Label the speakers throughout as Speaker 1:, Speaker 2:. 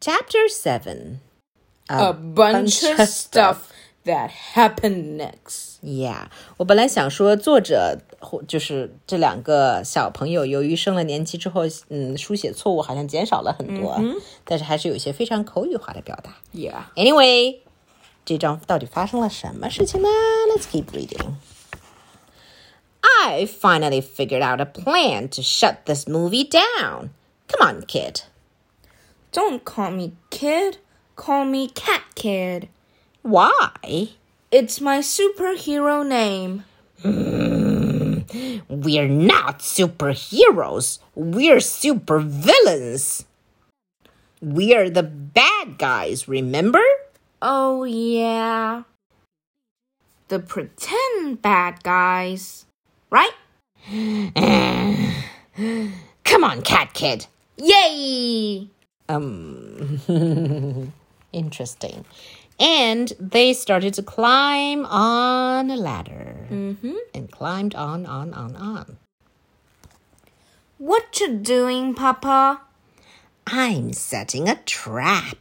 Speaker 1: Chapter 7
Speaker 2: a bunch of stuff that happened next.
Speaker 1: Yeah，我本来想说，作者或就是这两个小朋友，由于升了年级之后，嗯，书写错误好像减少了很多，但是还是有一些非常口语化的表达。
Speaker 2: Yeah.
Speaker 1: Anyway，这章到底发生了什么事情呢？Let's keep reading. I finally figured out a plan to shut this movie down. Come on, kid.
Speaker 2: Don't call me kid. Call me Cat Kid.
Speaker 1: Why?
Speaker 2: It's my superhero name.
Speaker 1: We're not superheroes. We're supervillains. We're the bad guys, remember?
Speaker 2: Oh, yeah. The pretend bad guys. Right?
Speaker 1: Come on, Cat Kid.
Speaker 2: Yay!
Speaker 1: Interesting. And they started to climb on a ladder. Mm-hmm. And climbed on, on, on, on.
Speaker 2: What you doing, Papa?
Speaker 1: I'm setting a trap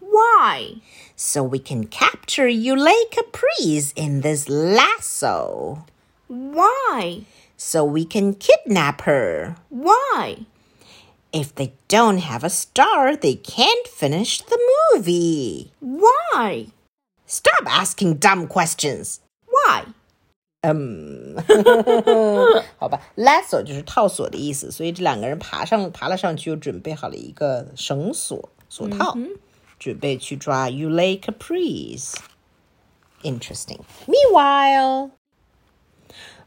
Speaker 2: Why?
Speaker 1: so we can capture Yulei Caprice in this lasso.
Speaker 2: Why?
Speaker 1: So we can kidnap her.
Speaker 2: Why?
Speaker 1: If they don't have a star, they can't finish the movie.
Speaker 2: Why?
Speaker 1: Stop asking dumb questions.
Speaker 2: Why?
Speaker 1: 好吧，lasso 就是套索的意思，所以这两个人爬上爬了上去，又准备好了一个绳索索套，准备去抓 Ulay Caprice。Interesting. Meanwhile.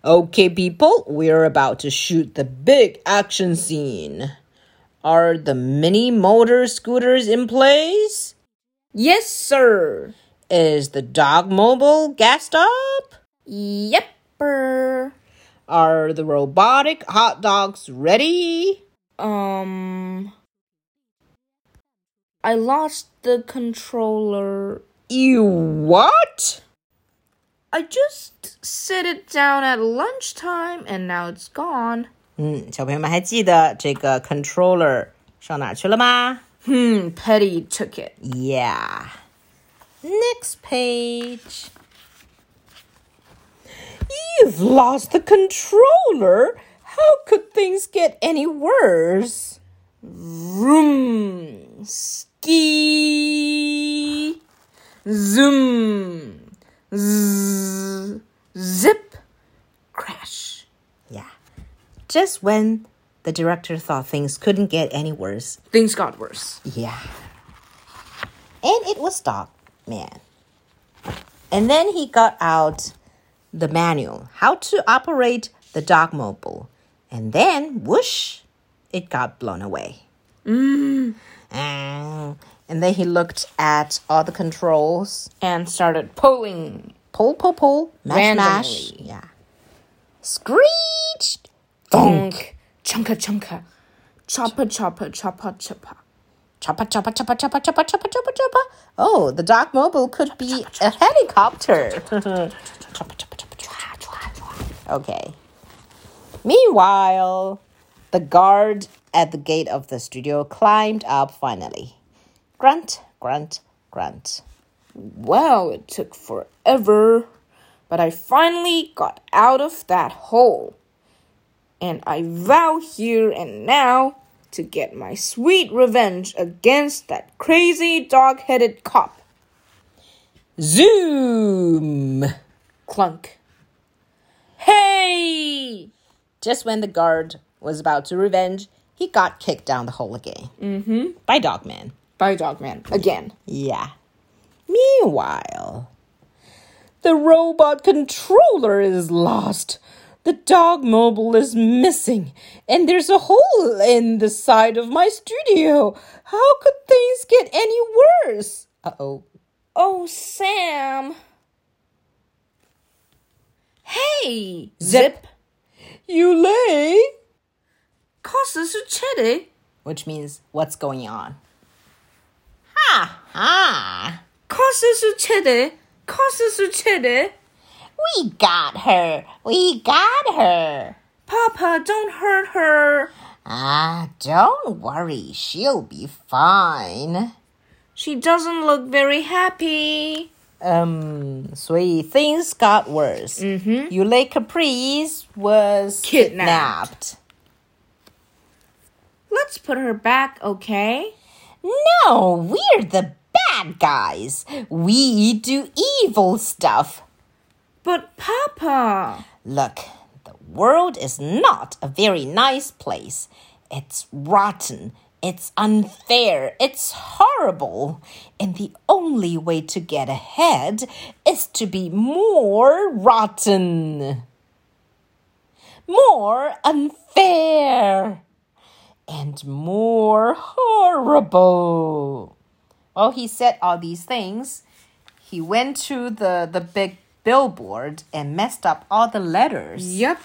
Speaker 1: Okay, people, we're about to shoot the big action scene. Are the mini motor scooters in place?
Speaker 2: Yes, sir.
Speaker 1: Is the dog mobile gassed up?
Speaker 2: Yepper.
Speaker 1: Are the robotic hot dogs ready?
Speaker 2: Um. I lost the controller.
Speaker 1: You what?
Speaker 2: I just set it down at lunchtime and now it's gone.
Speaker 1: 嗯，Mm, 小朋友们还记得这个 controller 上哪儿去了吗
Speaker 2: Hmm, Petty took it.
Speaker 1: ？Yeah. Next page. You've lost the controller. How could things get any worse?
Speaker 2: Vroom. Ski. Zoom. Zzz. Zip. Crash.
Speaker 1: Yeah. Just when the director thought things couldn't get any worse,
Speaker 2: Things got worse.
Speaker 1: Yeah. And it was Dog Man. And then he got out the manual, how to operate the dog mobile. And then, whoosh, it got blown away. Mm. And then he looked at all the controls.
Speaker 2: And started pulling.
Speaker 1: Pull, pull, pull. Mash, mash.
Speaker 2: Randomly.
Speaker 1: Yeah. Screeched.
Speaker 2: Thunk. Chunka chunka. Choppa choppa choppa choppa.
Speaker 1: Choppa, choppa, choppa, choppa, choppa, choppa, choppa, choppa. Oh, the dog mobile could be a helicopter. Choppa, choppa, choppa, choppa, choppa, choppa. okay. Meanwhile, the guard at the gate of the studio climbed up finally. Grunt, grunt, grunt.
Speaker 2: Well, it took forever, but I finally got out of that hole. And I vow here and now to get my sweet revenge against that crazy dog headed cop.
Speaker 1: Zoom!
Speaker 2: Clunk. Hey!
Speaker 1: Just when the guard was about to revenge, he got kicked down the hole again. Mm-hmm. By Dogman.
Speaker 2: Bye, dog man. Again.
Speaker 1: Yeah. Meanwhile, the robot controller is lost. The dog mobile is missing, and there's a hole in the side of my studio. How could things get any worse? Uh oh.
Speaker 2: Oh, Sam. Hey!
Speaker 1: Zip. You lay?
Speaker 2: Zip.
Speaker 1: Which means, what's going on? Ha ha!
Speaker 2: 可是是确的，可是是确的。
Speaker 1: We got her! We got her!
Speaker 2: Papa, don't hurt her.
Speaker 1: Ah, don't worry, she'll be fine.
Speaker 2: She doesn't look very happy.
Speaker 1: Um, 所以 things got worse. Mm-hmm. Ulay Caprice was kidnapped.
Speaker 2: Kidnapped. Let's put her back, okay?
Speaker 1: No, we're the bad guys. We do evil stuff.
Speaker 2: But Papa,
Speaker 1: Look, the world is not a very nice place. It's rotten. It's unfair. It's horrible. And the only way to get ahead is to be more rotten, more unfair, and more horrible. Well, he said all these things. He went to the, the big billboard and messed up all the letters.
Speaker 2: yep.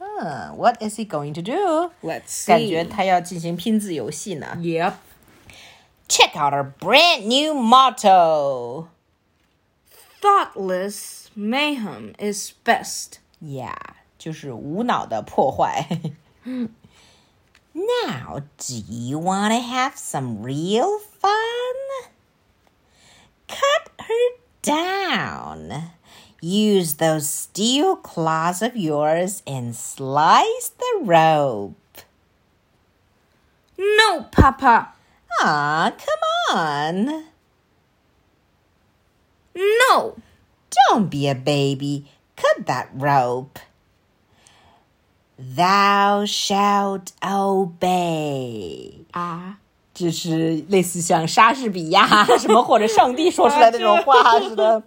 Speaker 1: Huh, Hmm, what is he going to do?
Speaker 2: Let's see.
Speaker 1: 感
Speaker 2: Mm.
Speaker 1: 觉他要进行拼字游戏呢。
Speaker 2: Yep.
Speaker 1: Check out our brand new motto.
Speaker 2: Thoughtless mayhem is best.
Speaker 1: Yeah, 就是无脑的破坏。now, do you want to have some real fun? Cut her down. Use those steel claws of yours and slice the rope.
Speaker 2: No, Papa.
Speaker 1: Ah, come on.
Speaker 2: No.
Speaker 1: Don't be a baby. Cut that rope. Thou shalt obey.
Speaker 2: 啊，
Speaker 1: 这是类似像莎士比亚什么或者上帝说出来的那种话似的。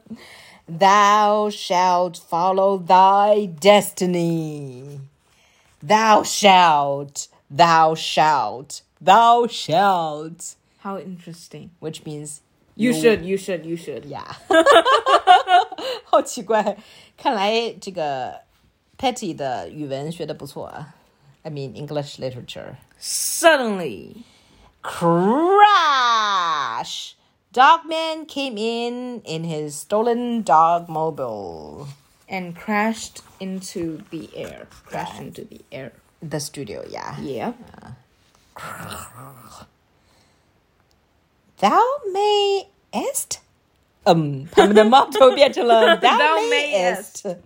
Speaker 1: Thou shalt follow thy destiny. Thw shalt, thou shalt, thou shalt,
Speaker 2: how interesting.
Speaker 1: which means
Speaker 2: You should, you should, you should.
Speaker 1: 呀， 好奇怪，看来这个 Patty 的语文学的不错啊。I mean English literature.
Speaker 2: Suddenly,
Speaker 1: Crash! Dogman came in in his stolen dog mobile.
Speaker 2: and crashed into the air. Crashed into the air.
Speaker 1: The studio, yeah.
Speaker 2: Yep.
Speaker 1: Thou mayest. um, 嗯，他们的 motto 变成了
Speaker 2: Thou
Speaker 1: Thou
Speaker 2: mayest.
Speaker 1: mayest.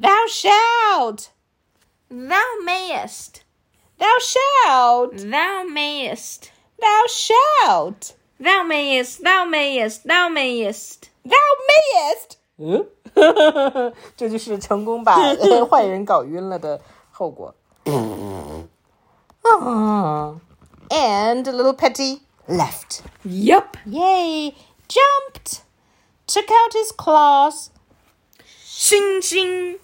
Speaker 1: Thou shalt.
Speaker 2: Thou mayest.
Speaker 1: Thou shalt.
Speaker 2: Thou mayest.
Speaker 1: Thou shalt.
Speaker 2: Thou mayest. Thou mayest. Thou mayest.
Speaker 1: Thou mayest. 嗯， 这就是成功 把坏人搞晕了的后果。啊，and little Petty left.
Speaker 2: Yep.
Speaker 1: Yay! Jumped. Took out his claws.
Speaker 2: Xing xing.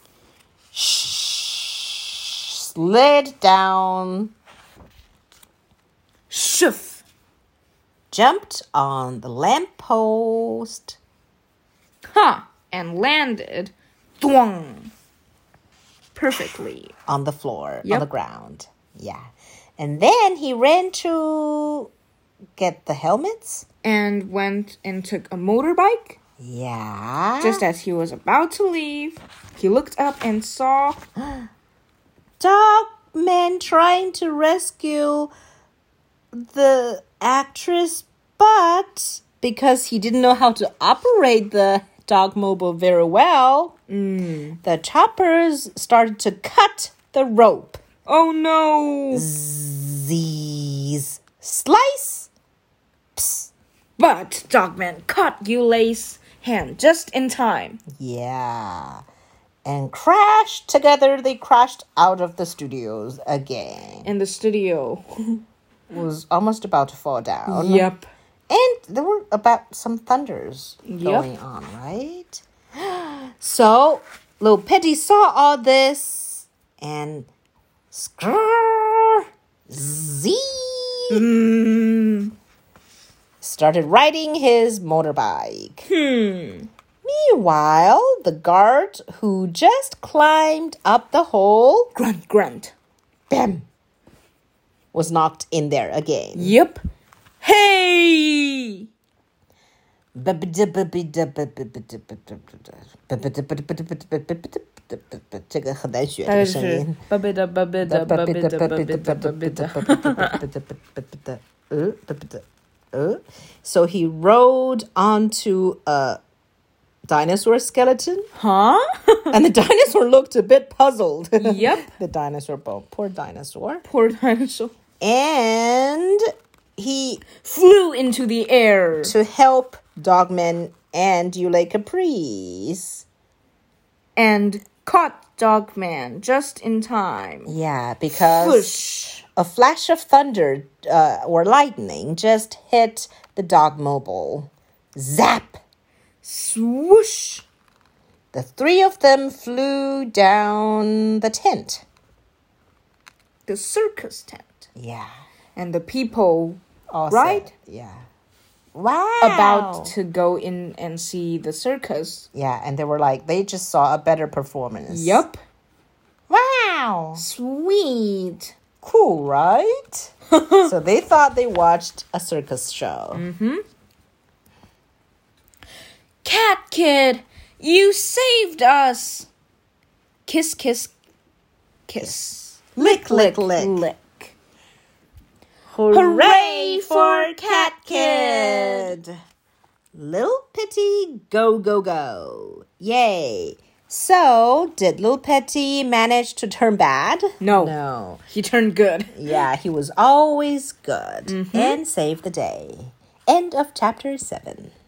Speaker 1: Slid down.
Speaker 2: Shoof.
Speaker 1: Jumped on the lamppost.
Speaker 2: Huh. And landed. Thwong. Perfectly.
Speaker 1: on the floor,
Speaker 2: Yep.
Speaker 1: on the ground. Yeah. And then he ran to get the helmets.
Speaker 2: And went and took a motorbike.
Speaker 1: Yeah.
Speaker 2: Just as he was about to leave, he looked up and saw
Speaker 1: dog man trying to rescue the actress, but because he didn't know how to operate the dog mobile very well, the choppers started to cut the rope.
Speaker 2: Oh no!
Speaker 1: Z's slice. Psst.
Speaker 2: But Dogman caught Yulei's hand just in time.
Speaker 1: Yeah. And crash together they crashed out of the studios again.
Speaker 2: In the studio.
Speaker 1: was almost about to fall
Speaker 2: Oh
Speaker 1: down.
Speaker 2: Yep.
Speaker 1: And there were about some thunders going on, right? So little Petty saw all this and skrrr, z started riding his motorbike. Meanwhile, the guard who just climbed up the hole,
Speaker 2: Grunt, grunt.
Speaker 1: bam, was knocked in there again.
Speaker 2: Yep. Hey!
Speaker 1: 这个很难学，
Speaker 2: 大
Speaker 1: 这
Speaker 2: 概
Speaker 1: 个
Speaker 2: 就
Speaker 1: 声
Speaker 2: 是
Speaker 1: 音。
Speaker 2: 巴贝的巴贝的巴贝的巴贝的巴贝的。
Speaker 1: So he rode onto a dinosaur skeleton,
Speaker 2: Huh?
Speaker 1: and the dinosaur looked a bit puzzled.
Speaker 2: Yep.
Speaker 1: the dinosaur bone, poor dinosaur.
Speaker 2: Poor dinosaur
Speaker 1: And he
Speaker 2: flew into the air.
Speaker 1: to help Dogman and Yule Caprice.
Speaker 2: and caught Dogman just in time.
Speaker 1: Yeah, because
Speaker 2: Whoosh.
Speaker 1: a flash of thunder uh, or lightning just hit the dog mobile. Zap!
Speaker 2: Swoosh!
Speaker 1: The three of them flew down the tent.
Speaker 2: The circus tent.
Speaker 1: Yeah.
Speaker 2: And the people
Speaker 1: Awesome.
Speaker 2: Right?
Speaker 1: Yeah. Wow.
Speaker 2: about to go in and see the circus.
Speaker 1: Yeah, and they were like, they just saw a better performance.
Speaker 2: Yup.
Speaker 1: Wow.
Speaker 2: Sweet.
Speaker 1: Cool, right? so they thought they watched a circus show.
Speaker 2: Mm. Cat Kid, you saved us. Kiss, kiss, kiss.
Speaker 1: Lick, lick, lick.
Speaker 2: Lick.
Speaker 1: Hooray for Cat Kid! Little Pitty, go, go, go. Yay. So, did Little Pitty manage to turn bad?
Speaker 2: No.
Speaker 1: No.
Speaker 2: He turned good.
Speaker 1: Yeah, Mm-hmm. he was always good and saved the day. End of chapter 7.